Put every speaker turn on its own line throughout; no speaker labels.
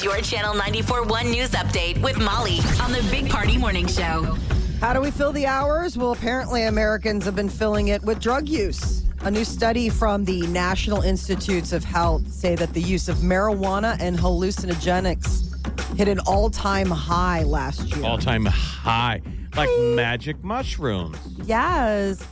Your Channel 94.1 News Update with Molly on the Big Party Morning Show.
How do we fill the hours? Well, apparently, Americans have been filling it with drug use. A new study from the National Institutes of Health say that the use of marijuana and hallucinogenics hit an all-time high last year.
All time high. Like magic mushrooms.
yes.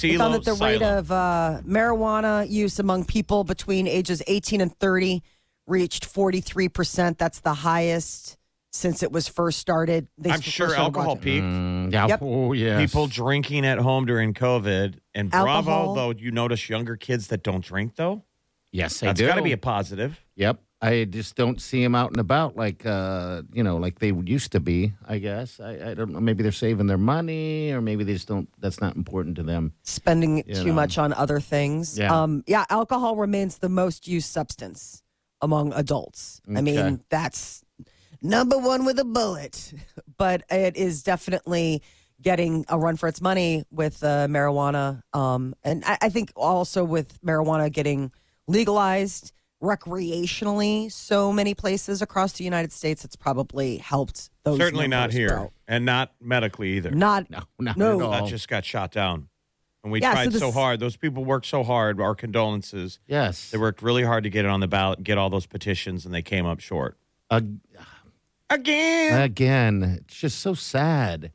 They found
Silo
that the rate of uh, marijuana use among people between ages 18 and 30 reached 43%. That's the highest since it was first started. They
I'm
first
sure
started
alcohol
watching-
peaked.
Yeah.
Yep.
Oh, yes.
People drinking at home during COVID. And bravo,
Alcohol.
though, you notice younger kids that don't drink, though.
yes, they
That's
do.
got to be a positive.
Yep. I just don't see them out and about like, uh, you know, like they used to be, I guess. I, I don't know. Maybe they're saving their money or maybe they just don't, that's not important to them.
spending
You
too
know.
much on other things.
Yeah.
Um, yeah, alcohol remains the most used substance among adults. I
Okay.
mean, that's number one with a bullet, but it is definitely getting a run for its money with uh, marijuana. Um, and I, I think also with marijuana getting legalized recreationally, so many places across the United States, it's probably helped those.
Certainly not
numbers
here.
grow.
And not medically either.
Not
No, not
No.
at all.
That just got shot down. And we
Yeah, so
tried so,
this-
hard. Those people worked so hard. Our condolences.
yes.
They worked really hard to get it on the ballot, get all those petitions, and they came up short.
Ag-
Again.
again, it's just so sad.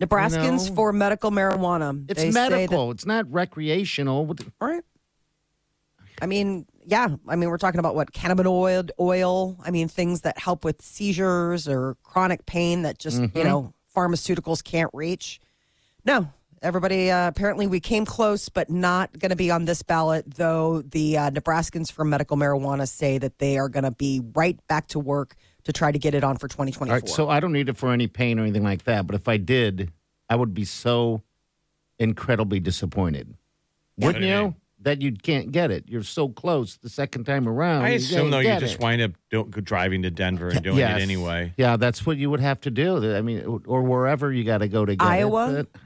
Nebraskans
know.
for medical marijuana.
It's
They say that-
medical, it's not recreational. What the-
All right. I mean, yeah. I mean, we're talking about what cannabinoid oil. I mean, things that help with seizures or chronic pain that just
Mm-hmm.
you know pharmaceuticals can't reach. No, everybody. Uh, apparently, we came close, but not going to be on this ballot. Though the uh, Nebraskans for medical marijuana say that they are going to be right back to work to try to get it on for 2024.
All right, so I don't need it for any pain or anything like that. But if I did, I would be so incredibly disappointed. Wouldn't
What do you
you?
mean?
That you can't get it. You're so close the second time around.
I
you
assume,
can't
though, you
get
just
it.
wind up do- driving to Denver and doing
Yes.
it anyway.
Yeah, that's what you would have to do. I mean, or wherever you got to go to get it,
Iowa?
But,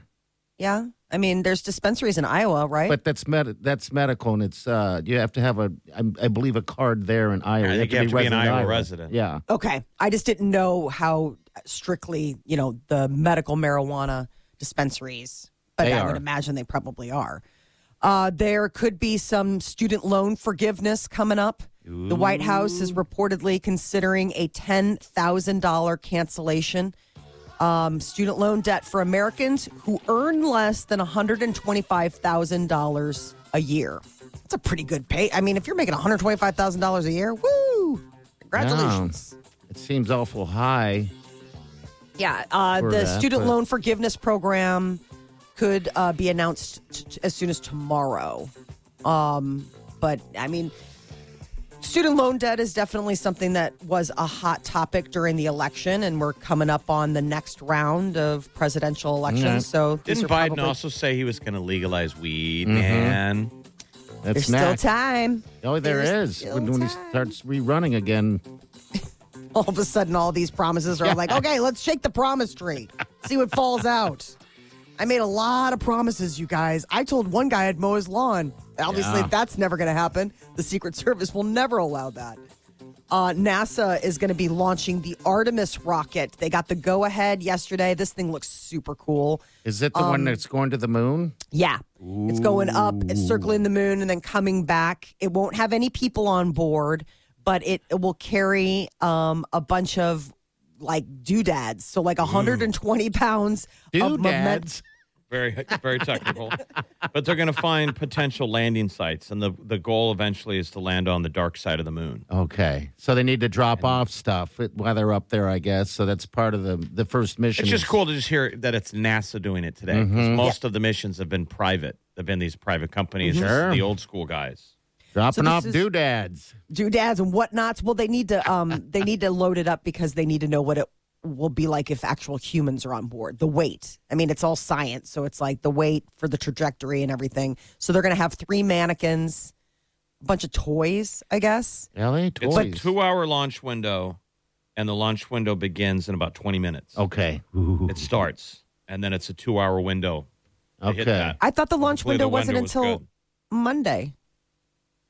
yeah, I mean, there's dispensaries in Iowa, right?
but that's med- that's medical, and it's uh, you have to have a, I, I believe, a card there in Iowa.
I think you have to be an
resident of
Iowa resident.
Yeah.
Okay. I just didn't know how strictly, you know, the medical marijuana dispensaries, but
They
I
are.
would imagine they probably are. Uh, there could be some student loan forgiveness coming up. The White House is reportedly considering a $10,000 cancellation um, student loan debt for Americans who earn less than $125,000 a year. That's a pretty good pay. I mean, if you're making $125,000 a year, woo! Congratulations.
It seems awful high.
Yeah, uh,
for
the
that,
student
but-
loan forgiveness program could uh, be announced t- t- as soon as tomorrow. Um, but I mean, student loan debt is definitely something that was a hot topic during the election, and we're coming up on the next round of presidential elections.
Yeah.
So these
Didn't
are
Biden
probably-
also say he was going to legalize weed, man?
That's
There's
next.
still time.
Oh, there
There's
is.
still
When, when he
time.
starts rerunning again,
All of a sudden, all these promises are like, okay, let's shake the promise tree, see what falls out. I made a lot of promises, you guys. I told one guy I'd mow his lawn. Obviously,
Yeah.
that's never going to happen. The Secret Service will never allow that. Uh, NASA is going to be launching the Artemis rocket. They got the go ahead yesterday. This thing looks super cool.
Is it the one that's going to the moon?
Yeah. It's going up, it's circling the moon, and then coming back. It won't have any people on board, but it, it will carry um, a bunch of like doodads. So, like 120 pounds of moment.
Doodads.
Very, very technical. but they're going to find potential landing sites, and the the goal eventually is to land on the dark side of the moon.
Okay, so they need to drop off stuff while they're up there, I guess. So that's part of the the first mission.
It's just
is-
cool to just hear that it's NASA doing it today. 'cause Most of the missions have been private. They've been these private companies,
Sure.
the old school guys.
Dropping
this
off
is-
doodads.
doodads and whatnots. Well, they need to um they need to load it up because they need to know what it will be like if actual humans are on board. The weight. I mean, it's all science, so it's like the weight for the trajectory and everything. So they're gonna have three mannequins, a bunch of toys, I guess.
LA
It's
toys.
a two-hour launch window, and the launch window begins in about 20 minutes.
okay.
It starts, and then it's a two-hour window. to hit
Okay.
that.
I thought the launch
Hopefully
window
the
wasn't
window was
until
good.
Monday.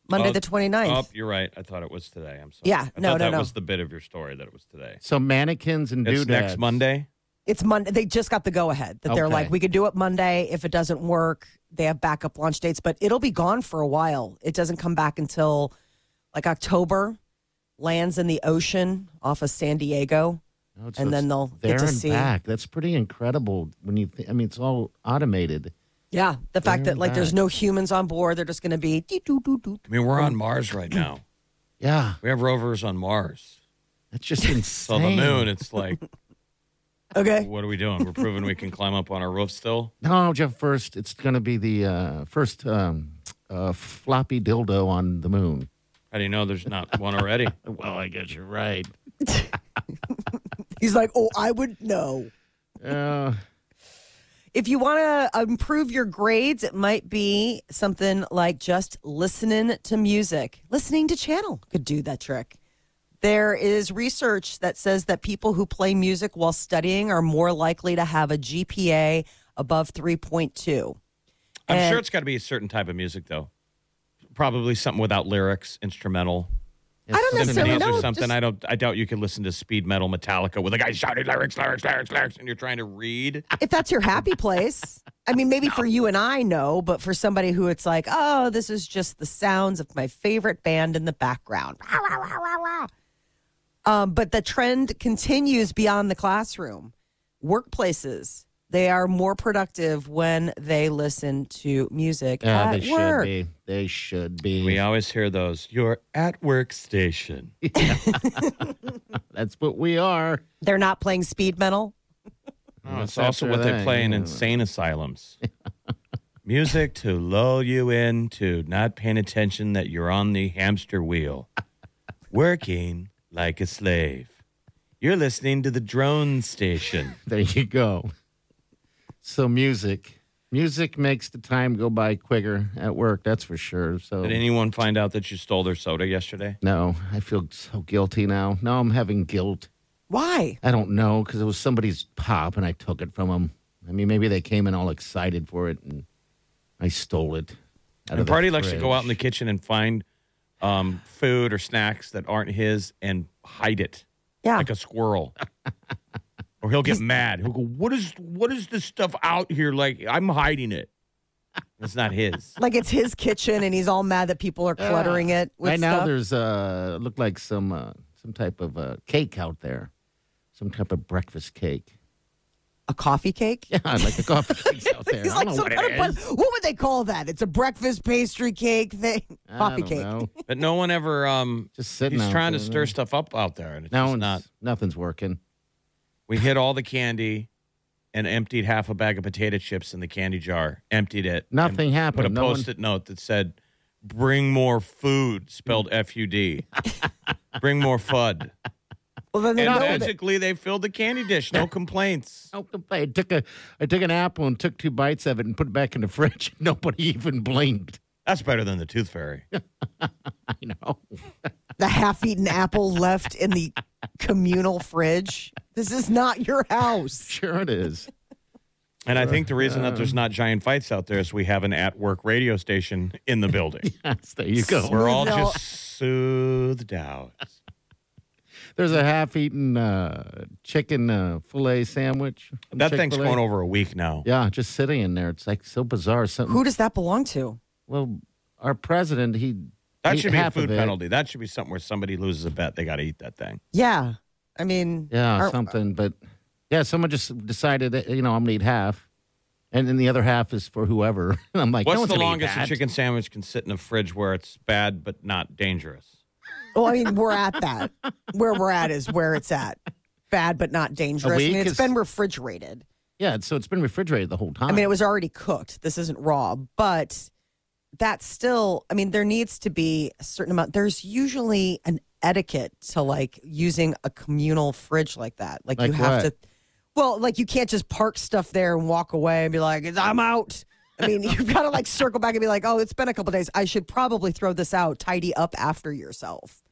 Monday
Oh,
the 29th.
Oh, you're right. I thought it was today. I'm sorry.
Yeah,
I
no,
thought
no,
that
no.
was the bit of your story that it was today.
So mannequins and
It's
doodads.
next Monday.
It's Monday. They just got the go ahead that they're
Okay.
like, we could do it Monday. If it doesn't work, they have backup launch dates, but it'll be gone for a while. It doesn't come back until like October, lands in the ocean off of San Diego.
Oh, so
and
it's
then they'll get
there
to
and
see.
back. That's pretty incredible when you. Th- I mean, it's all automated.
Yeah. The fact
There
that like
and
there's
back.
no humans on board, they're just going to be. dee-doo-doo-doo.
I mean, we're on Mars right now.
Yeah,
We have rovers on Mars.
that's just
So
insane.
the moon, it's like,
Okay.
what are we doing? We're proving we can climb up on our roof still.
No, Jeff. First, it's going to be the uh, first um, uh, floppy dildo on the moon.
How do you know there's not one already?
Well, I guess you're right.
He's like, oh, I would know.
Uh,
If you want to improve your grades, it might be something like just listening to music. Listening to channel could do that trick. There is research that says that people who play music while studying are more likely to have a GPA above 3.2.
I'm
And-
sure it's got to be a certain type of music, though. Probably something without lyrics, instrumental.
I don't
it's
necessarily
symphonies
amazing.
know.
or something.
just-
I don't. I doubt you could listen to speed metal Metallica with a guy shouting lyrics, lyrics, lyrics, lyrics, and you're trying to read.
If that's your happy place, I mean, maybe for you and I, no, but for somebody who it's like, oh, this is just the sounds of my favorite band in the background. Rah, rah, rah, rah, rah. Um, but the trend continues beyond the classroom. Workplaces, they are more productive when they listen to music
Yeah,
at
they
work.
should be. They should be.
We always hear those. You're at workstation.
That's what we are.
They're not playing speed metal.
No, Oh, it's
That's
also
after
what they
that,
play in
yeah.
insane asylums. Music to lull you into not paying attention that you're on the hamster wheel, working like a slave. You're listening to the drone station.
There you go. So music, music makes the time go by quicker at work. That's for sure. So
Did anyone find out that you stole their soda yesterday?
no, I feel so guilty now. Now I'm having guilt.
Why?
I don't know because it was somebody's pop and I took it from them. I mean, maybe they came in all excited for it and I stole it. out
And
of the
Party likes to go
fridge.
out in the kitchen and find um, food or snacks that aren't his and hide it
Yeah.
like a squirrel. or he'll get mad. He'll go, "What is what is this stuff out here? Like I'm hiding it. It's not his."
like it's his kitchen and he's all mad that people are cluttering it with
right now,
stuff.
there's uh, look like some uh, some type of uh, cake out there, some type of breakfast cake.
a coffee cake?
Yeah, like the coffee cakes out there.
He's
I
like
don't
some
know what
kind
it
of bun-
is.
what would they call that? It's a breakfast pastry cake thing.
I
Coffee
don't
cake.
know.
But no one ever um
Just sitting.
he's
out
trying to
there.
stir stuff up out there and it's
No
just
one's
not.
Nothing's working.
We hid all the candy and emptied half a bag of potato chips in the candy jar, emptied it. and
Nothing happened.
Put a
No one-
post-it note that said Bring more food, spelled F U D. Bring more FUD.
Well, then they
And
know that.
magically, they filled the candy dish. No complaints.
No complaint. I took a, I took an apple and took two bites of it and put it back in the fridge. Nobody even blinked.
That's better than the Tooth Fairy.
I know.
the half-eaten apple left in the communal fridge. This is not your house.
Sure it is.
And I think the reason that there's not giant fights out there is we have an at work radio station in the building.
Yes, there you go.
We're all
Smooth out.
just soothed out.
There's a half-eaten uh, chicken uh, fillet sandwich. from
That thing's
Chick-fil-A.
going over a week now.
Yeah, just sitting in there. It's like so bizarre. Something.
Who does that belong to?
well, our president, he
That
ate
should be a
half of
food
it.
penalty. That should be something where somebody loses a bet, they got to eat that thing.
Yeah, I mean,
Yeah,
Or-
something. But yeah, someone just decided, that, you know, I'm gonna eat half, and then the other half is for whoever. And I'm like, no
What's
one's
the
gonna eat
longest a
that.
chicken sandwich can sit in a fridge where it's bad but not dangerous?
well, I mean, we're at that. Where we're at is where it's at. Bad, but not dangerous. I mean,
week
it's
is-
been refrigerated.
Yeah, so it's been refrigerated the whole time.
I mean, it was already cooked. This isn't raw, but that's still, I mean, there needs to be a certain amount. There's usually an etiquette to like using a communal fridge like that. Like, you
Like
have
what?
to, well, like you can't just park stuff there and walk away and be like, I'm out. I mean, you've got to like circle back and be like, oh, it's been a couple days. I should probably throw this out, tidy up after yourself,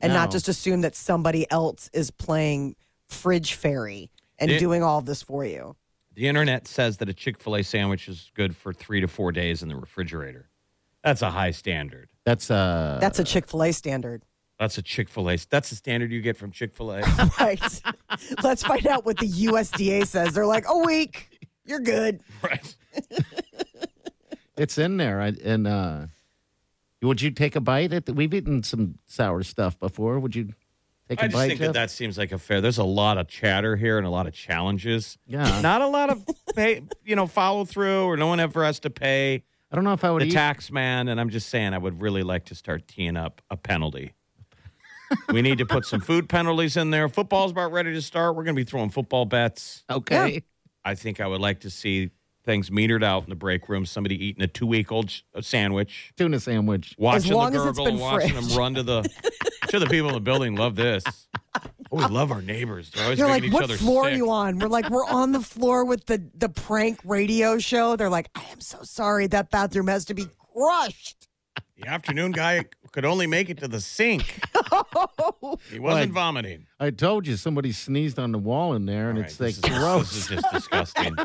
and not
No.
just assume that somebody else is playing fridge fairy and
It-
doing all this for you.
The internet says that a Chick fil A sandwich is good for three to four days in the refrigerator. That's a high standard.
That's uh
That's a Chick fil A standard.
That's a Chick fil A. That's the standard you get from Chick fil A.
Right. Let's find out what the USDA says. They're like, a week, you're good.
right.
it's in there. I, and uh would you take a bite at the, we've eaten some sour stuff before. Would you take a
I just
bite?
think
Jeff?
that that seems like a fair. There's a lot of chatter here and a lot of challenges.
Yeah.
Not a lot of pay, you know, follow through or no one ever has to pay
I don't know if I would
the
eat
tax man. And I'm just saying, I would really like to start teeing up a penalty. we need to put some food penalties in there. Football's about ready to start. We're going to be throwing football bets.
Okay.
I think I would like to see things metered out in the break room. Somebody eating a two week old sandwich,
Tuna sandwich.
watching
long
the
as it's
gurgle
been
and watching
fridged.
them run to the. I'm sure the people in the building love this. Oh, we love our neighbors. They're always
They're
making
like,
each
what
other
floor
sick.
are you on? We're like, we're on the floor with the, the prank radio show. They're like, I am so sorry. That bathroom has to be crushed.
The afternoon guy could only make it to the sink. He wasn't
Like-
vomiting.
I told you somebody sneezed on the wall in there, and
All
it's
right,
like
this is-
gross.
This is just disgusting.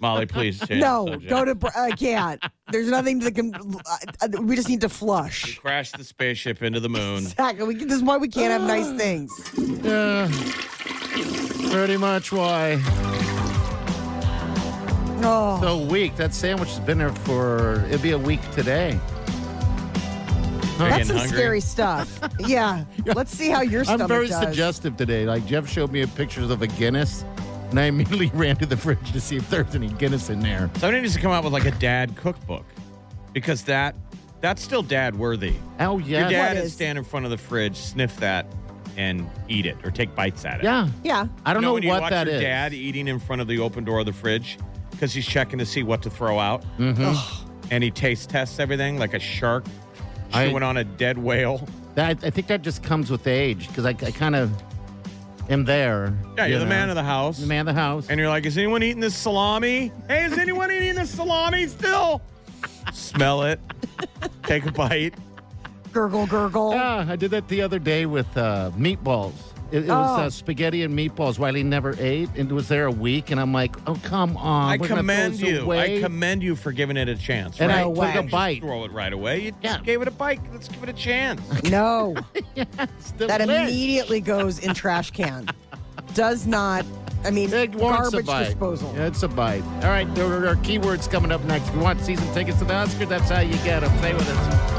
Molly, please change. the
No,
subject.
go to, br- I can't. There's nothing to, com- uh, uh, we just need to flush.
crash the spaceship into the moon.
Exactly. We, can- this is why we can't have nice things.
yeah, pretty much why.
Oh.
So weak. That sandwich has been there for it'd be a week today.
That's
Getting
some
hungry.
scary stuff. Yeah. Let's see how your stomach
I'm very
does.
suggestive today. Like Jeff showed me pictures of a Guinness, and I immediately ran to the fridge to see if there was any Guinness in there.
Somebody needs to come out with like a dad cookbook because that that's still dad worthy.
Oh
Your
yeah,
dad
What
would
is?
stand in front of the fridge, sniff that, and eat it or take bites at it.
yeah.
Yeah.
I
you
don't
know,
know,
when you
what
watch
that
your
is.
dad eating in front of the open door of the fridge because he's checking to see what to throw out,
Mm-hmm.
and he taste tests everything like a shark
I-
chewing on a dead whale.
That, I think that just comes with age because I, I kind of am there.
Yeah,
you
you're the
know.
man of the house.
The man of the house.
and you're like, is anyone eating this salami? Hey, is anyone eating this salami still? Smell it, take a bite.
Gurgle, gurgle.
Yeah, I did that the other day with uh, meatballs. It, it was
Oh.
uh, spaghetti and meatballs. Wiley never ate, and it was there a week. And I'm like, oh come on!
I
we're gonna throw
commend
this
you.
away.
I commend you for giving it a chance.
And
right?
I
You
took a
didn't just
bite.
Throw it right away. You
Yeah.
gave it a bite. Let's give it a chance.
No.
Still
That
lit.
immediately goes in trash can. Does not. I mean,
It warrants a
garbage
bite.
disposal.
It's a bite. All right, there are our keywords coming up next. If you want season tickets to the Oscars, that's how you get them. Stay with us.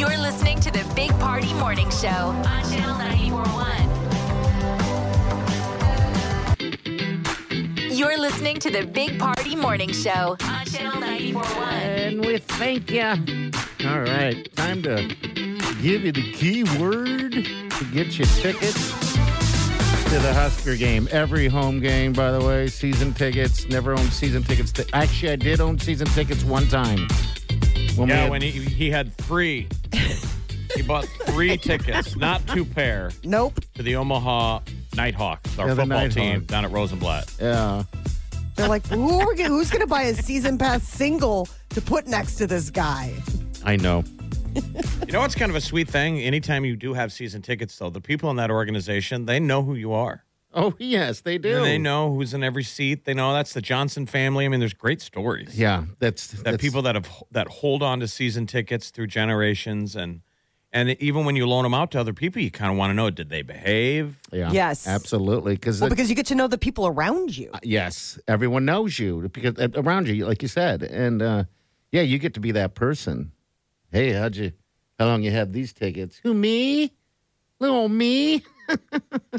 You're listening to the Big Party Morning Show on Channel 941. You're listening to the Big Party Morning Show on Channel 941.
And we thank you. All right, time to give you the keyword to get your tickets to the Husker game. Every home game, by the way, season tickets. Never owned season tickets. To, actually, I did own season tickets one time. When
yeah,
had-
when he, he had three. he bought three tickets, not two pair,
Nope.
to the Omaha Nighthawks, our
Yeah, the
football team
Nighthawks.
down at Rosenblatt.
yeah.
They're like, Who are we gonna, who's going to buy a season pass single to put next to this guy?
I know.
You know what's kind of a sweet thing? Anytime you do have season tickets, though, the people in that organization, they know who you are.
Oh yes, they do.
And they know who's in every seat. They know that's the Johnson family. I mean, there's great stories.
Yeah, that's
that
that's-
people that have that hold on to season tickets through generations and and even when you loan them out to other people you kind of want to know did they behave
Yeah.
Yes.
Absolutely. Because
Well, because you get to know the people around you.
yes, everyone knows you because uh, around you, like you said, and uh, yeah, you get to be that person. Hey, how'd you? How long you have these tickets? Who me? Little me?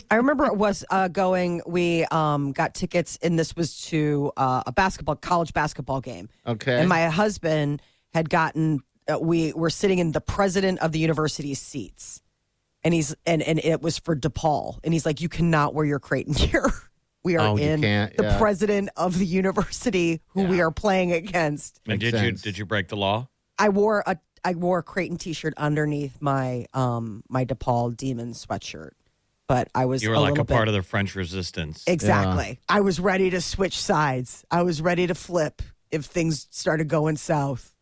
I remember it was uh, going. We um, got tickets, and this was to uh, a basketball, college basketball game.
Okay.
And my husband had gotten. Uh, we were sitting in the president of the university's seats, and he's and and it was for DePaul, and he's like, "You cannot wear your Creighton gear." we are
Oh, you
in
can't,
the
yeah.
president of the university who we are playing against.
And
Makes
did you
sense.
did you break the law?
I wore a I wore a Creighton t-shirt underneath my um my DePaul Demon sweatshirt, but I was
You were
a
like
little
a
bit,
part of the French resistance.
exactly. I was ready to switch sides. I was ready to flip if things started going south.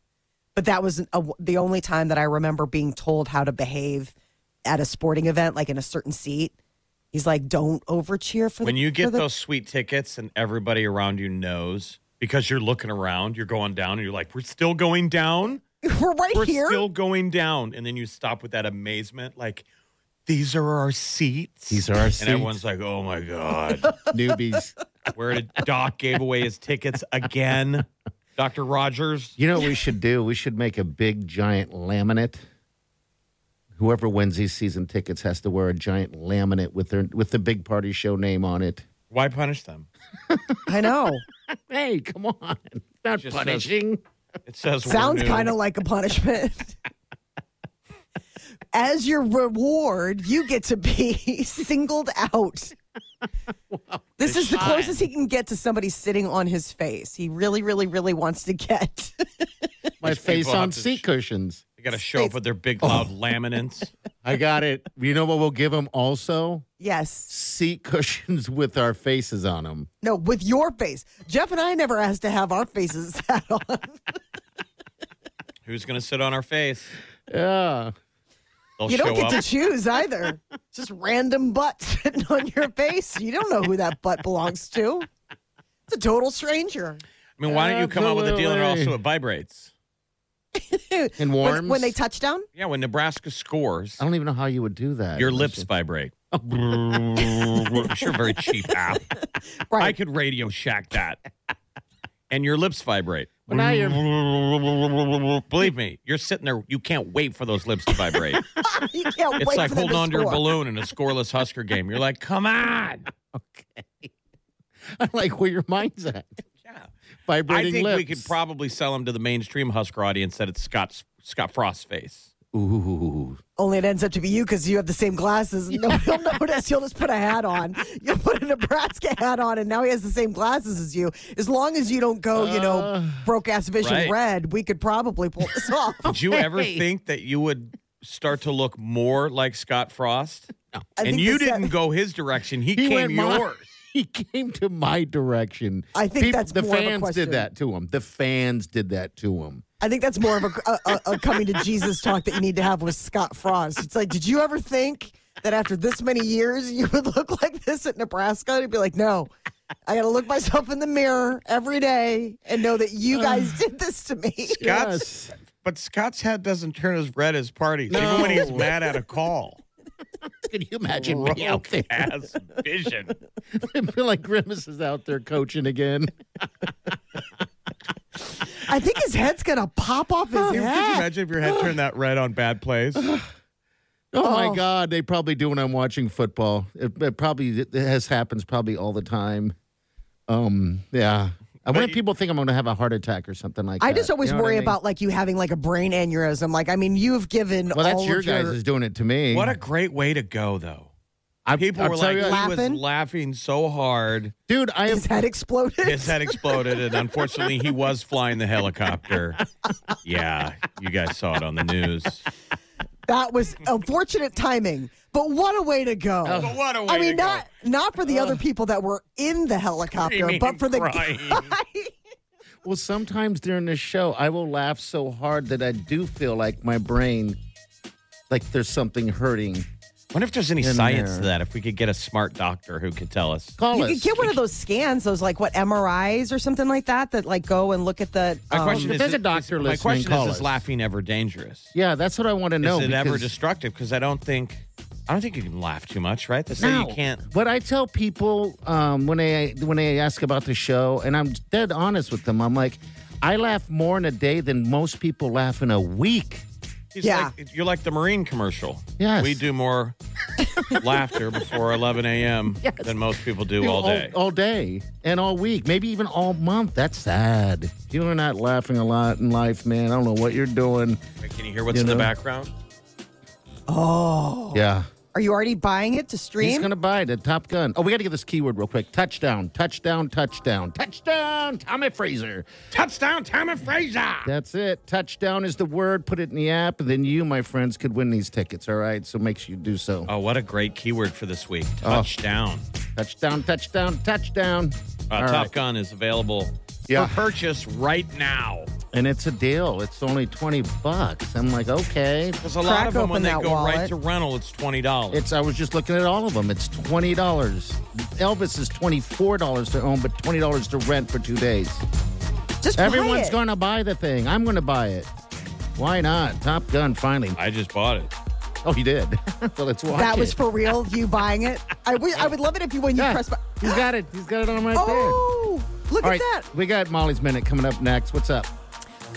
But that was a, the only time that I remember being told how to behave at a sporting event, like in a certain seat. He's like, "Don't over cheer for the,
when you
for
get
the
those sweet tickets and everybody around you knows because you're looking around, you're going down, and you're like, "We're still going down.
we're right
We're
here."
still going down." And then you stop with that amazement, like, "These are our seats.
These are our
And everyone's like, "Oh my god,
newbies.
where did Doc gave away his tickets again, Doctor Rogers?"
You know what we should do? We should make a big giant laminate. Whoever wins these season tickets has to wear a giant laminate with their with the big party show name on it.
Why punish them?
I know.
Hey, come on. Not
Just
punishing.
It says we're
Sounds
new.
kind of like a punishment. As your reward, you get to be singled out. this is the closest he can get to somebody sitting on his face. He really, really, really wants to get.
My
These
face
people
on
have to
seat
sh-
cushions.
They got to show up with their big loud laminates.
I got it. You know what we'll give them also?
yes.
Seat cushions with our faces on them.
No, with your face. Jeff and I never asked to have our faces sat on.
Who's going to sit on our face?
Yeah.
They'll
You
show
don't get
up.
to choose either. Just random butt sitting on your face. You don't know who that butt belongs to. It's a total stranger.
I mean, why don't you come up with a deal and
Absolutely.
also it vibrates?
And
When-
warms.
when they touch down?
Yeah, when Nebraska scores,
I don't even know how you would do that.
your lips vibrate. I'm sure very cheap app.
Right.
I could Radio Shack that. And your lips vibrate.
Well, now you're
Believe me, you're sitting there. You can't wait for those lips to vibrate.
you can't
It's
wait
like
for them
holding
to
on to your
score.
balloon in a scoreless Husker game. You're like, come on.
I like where your mind's at.
Yeah.
Vibrating
I think
lips.
we could probably sell them to the mainstream Husker audience that it's Scott Scott Frost's face.
Ooh.
Only it ends up to be you because you have the same glasses. And nobody will notice. You'll just put a hat on. You'll put a Nebraska hat on, and now he has the same glasses as you. As long as you don't go, you know, broke ass vision
Uh, right.
red, we could probably pull this off.
Did you ever think that you would start to look more like Scott Frost?
I
and
think uh,
you
the se-
didn't go his direction. He,
He
came
went mine.
yours.
He came to my direction.
I think that's
the
more of a
fans
question.
did that to him. The fans did that to him.
I think that's more of a, a, a, a coming to Jesus talk that you need to have with Scott Frost. It's like, did you ever think that after this many years you would look like this at Nebraska? He'd be like, no, I got to look myself in the mirror every day and know that you guys did this to me.
Scott's, But Scott's head doesn't turn as red as parties,
No.
even when he's mad at a call.
Can you imagine me out there?
As vision.
I feel like Grimace is out there coaching again.
I think his head's going to pop off his
Could you
head.
imagine if your head turned that red on bad plays?
Oh,
Oh.
my God! They probably do when I'm watching football. It, it probably it has happens probably all the time. Um, yeah. I when people think I'm going to have a heart attack or something like that.
I just always
You know what I
worry
mean?
about like you having like a brain aneurysm. Like, I mean, you've given
Well, that's
all
your
of your
guys is doing it to me.
What a great way to go, though.
I,
People
I'll
were
tell
like,
you-
he was
Laughing?
laughing so hard.
dude, I
his
have
head exploded.
His head exploded, and unfortunately, he was flying the helicopter. Yeah, you guys saw it on the news.
That was unfortunate timing, but what a way to go!
Oh.
But what a way
I mean,
to go.
not not for the other people that were in the helicopter,
Screaming
but for the
and crying.
guy.
Well, sometimes during this show, I will laugh so hard that I do feel like my brain, like there's something hurting.
wonder if there's any
In
science
there.
to that. If we could get a smart doctor who could tell us.
Call
You
us.
could get one of those scans, those like what MRIs or something like that, that like go and look at the.
My
um,
question
if
is,
there's a
is-
doctor
my
listening,
question
call
is,
us.
is laughing ever dangerous?
yeah, that's what I want to know.
is it ever
because-
destructive? Because I don't think, I don't think you can laugh too much, right? They say
No.
you can't.
But I tell people um, when they when they ask about the show, and I'm dead honest with them. I'm like, I laugh more in a day than most people laugh in a week.
He's
Yeah.
like- you're like the Marine commercial.
Yes.
we do more laughter before 11 a.m. than most people do all day.
all, day and all week, maybe even all month. That's sad. You are not laughing a lot in life, man. I don't know what you're doing.
Can you hear what's
you
in the
know.
background?
Oh,
Yeah.
Are you already buying it to
He's
stream?
going to buy the Top Gun. Oh, we got to get this keyword real quick. Touchdown, touchdown, touchdown, touchdown, Tommy Fraser.
Touchdown, Tommy Fraser.
That's it. Touchdown is the word. Put it in the app, and then you, my friends, could win these tickets. All right, so make sure you do so.
Oh, what a great keyword for this week.
Oh.
Touchdown.
Touchdown, touchdown, touchdown.
Uh,
All
Top
right.
Gun is available
Yeah.
for purchase right now.
And it's a deal. It's only 20 bucks. I'm like, okay.
Because a lot
Crack
of them, when they
open
go
that
right
wallet.
to rental, it's twenty dollars.
It's I was just looking at all of them. It's $20. Elvis is $24 to own, but $20 to rent for 2 days.
Just buy
Everyone's
it.
going to buy the thing. I'm going to buy it. Why not? Top Gun finally.
I just bought it.
Oh, you did. well, let's watch
That was
it.
for real. You buying it? I would- I would love it if you when you
Yeah.
press. bu-
He's got it. He's got it on right there.
Oh, look
All
at
right,
that!
we got Molly's minute coming up next. What's up?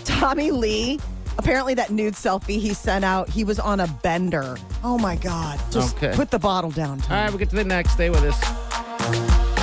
Tommy Lee. Apparently, that nude selfie he sent out, he was on a bender. Oh my God! Just
Okay.
put the bottle down.
All
Tommy.
right, we'll get to the next. Stay with us.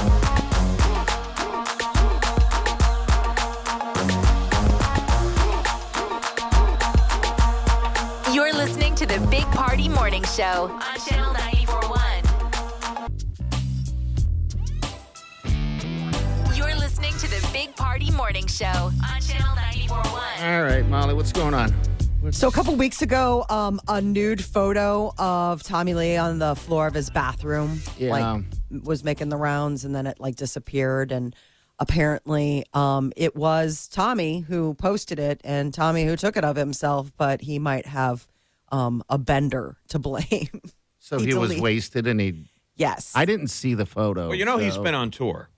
You're listening to the Big Party Morning Show on Channel 941. You're listening to the Big Party Morning Show on Channel 941.
All right, Molly, what's going on? What's-
So a couple weeks ago, um, a nude photo of Tommy Lee on the floor of his bathroom,
Yeah.
like was making the rounds, and then it like disappeared. And apparently, um, it was Tommy who posted it, and Tommy who took it of himself. But he might have um, a bender to blame.
so
he
he was
deleted-
wasted, and he.
yes,
I didn't see the photo.
Well, you know he's
so-
been on tour,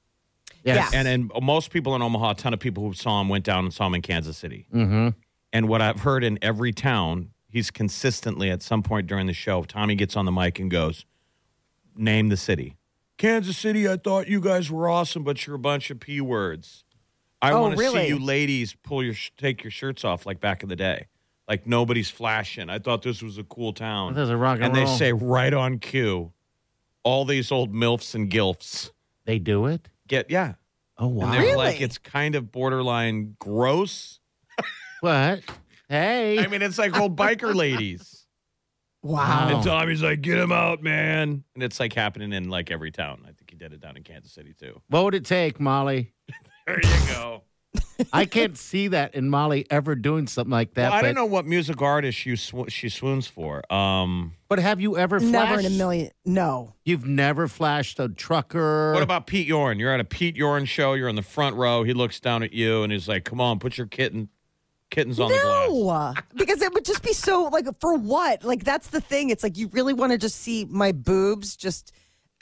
Yes.
and and most people in Omaha, a ton of people who saw him went down and saw him in Kansas City. Mm-hmm. And what I've heard in every town, he's consistently at some point during the show, Tommy gets on the mic and goes, "Name the city, Kansas City. I thought you guys were awesome, but you're a bunch of p words. I
Oh,
want to see
really?
you ladies pull your sh- take your shirts off like back in the day." Like nobody's flashing. I thought this was a cool town.
This is a rock and
and they
roll.
say right on cue, all these old milfs and gilfs
they do it.
get yeah.
Oh wow!
And they're
Really?
like it's kind of borderline gross.
What? Hey.
I mean, it's like old biker ladies.
wow.
Oh.
And Tommy's like, get him out, man. And it's like happening in like every town. I think he did it down in Kansas City too.
what would it take, Molly?
There you go.
I can't see that in Molly ever doing something like that.
well, I don't
but-
know what music artist you sw- she swoons for. Um,
But have you ever flashed?
Never in a million. No.
You've never flashed a trucker.
what about Pete Yorn? You're at a Pete Yorn show. You're in the front row. He looks down at you and he's like, "Come on, put your kitten kittens on the glass."
No, because it would just be so like for what? Like that's the thing. It's like you really want to just see my boobs just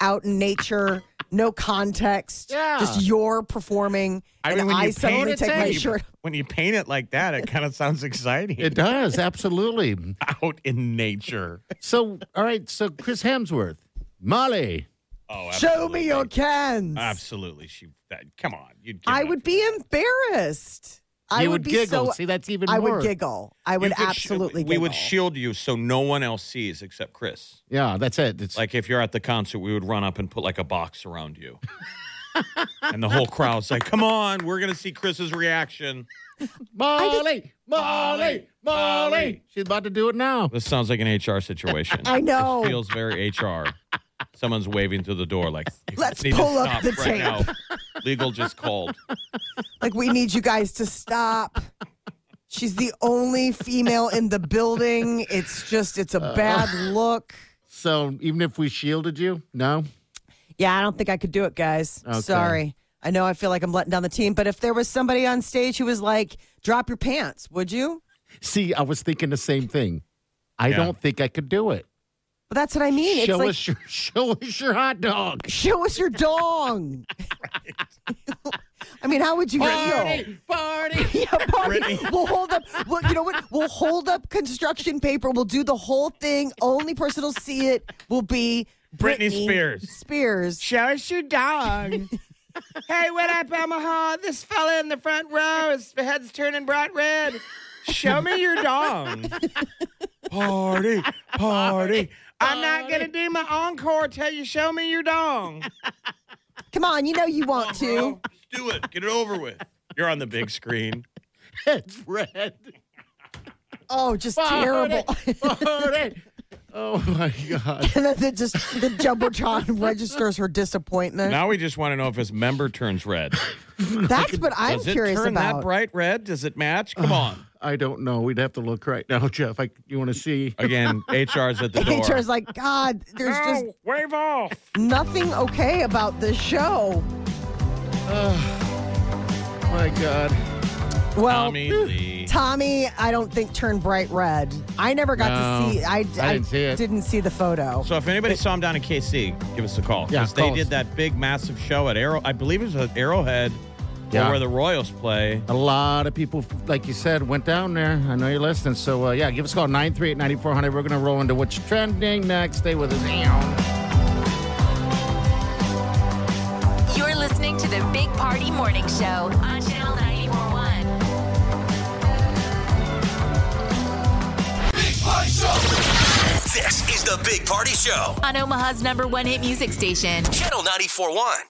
out in nature, no context.
Yeah.
Just you're performing.
I mean,
and
when
I
you paint
suddenly
it,
take my
when you-
shirt.
when you paint it like that, it kind of sounds exciting.
It does absolutely.
out in nature.
So, all right. So, Chris Hemsworth, Molly.
Oh,
Show me your cans.
Absolutely, she. That, come on, you'd. give
I
it a-
would be embarrassed. I
you
would,
would
be
giggle.
so.
See, that's even
I
more.
would giggle. I
You
would
could sh-
absolutely.
we would
giggle.
shield you so no one else sees except Chris.
Yeah, that's it. It's
Like if you're at the concert, we would run up and put like a box around you, and the whole crowd's like, "Come on, we're gonna see Chris's reaction."
Molly, Molly, Molly. She's about to do it now.
This sounds like an HR situation.
I know.
This feels very HR. Someone's waving through the door like, "You
Let's
need to
pull up
stop
the
right Now. Legal just called.
Like, we need you guys to stop. She's the only female in the building. It's just, it's a
Uh.
bad look.
So even if we shielded you, no.
Yeah, I don't think I could do it, guys.
Okay.
Sorry. I know I feel like I'm letting down the team, but if there was somebody on stage who was like, drop your pants, would you?
See, I was thinking the same thing. I
Yeah.
don't think I could do it.
But that's what I mean.
show
it's like,
us your show us your hot dog.
show us your dong. I mean, how would you feel?
party.
Yeah, party. We'll hold up. Well, you know what? We'll hold up construction paper. We'll do the whole thing. Only person who'll see it will be
Britney Spears.
Spears.
Show us your dog. hey, what up, Omaha? This fella in the front row, his head's turning bright red. Show me your dog. Party, party. I'm not going to do my encore till you show me your dong.
Come on, you know you want to.
Oh, Just do it. Get it over with. You're on the big screen.
It's red.
Oh, just
Party,
terrible.
party. Oh my God.
and then the, just the jumbotron registers her disappointment.
Now we just want to know if his member turns red.
That's what I'm
Does it
curious
turn that
about.
bright red? Does it match? Come on.
I don't know. We'd have to look right now, Jeff. I, you want to see?
Again, HR's at the door.
HR's like, God, there's just
wave off.
nothing okay about this show.
My God.
Well,
Tommy Lee.
Tommy, I don't think turned bright red. I never got
No,
to see. I,
I didn't see it.
didn't see the photo.
So if anybody saw him down in KC, give us a call.
Yeah,
'Cause
call
they
us.
did that big, massive show at Arrow. I believe it was at Arrowhead,
Yeah.
where the Royals play.
A lot of people, like you said, went down there. I know you're listening. So, uh, yeah, give us a call 938 9400. We're going to roll into what's trending next. Stay with us.
You're listening to the Big Party Morning Show on Channel 941.
This is the Big Party Show,
On Omaha's number one hit music station.
Channel 941.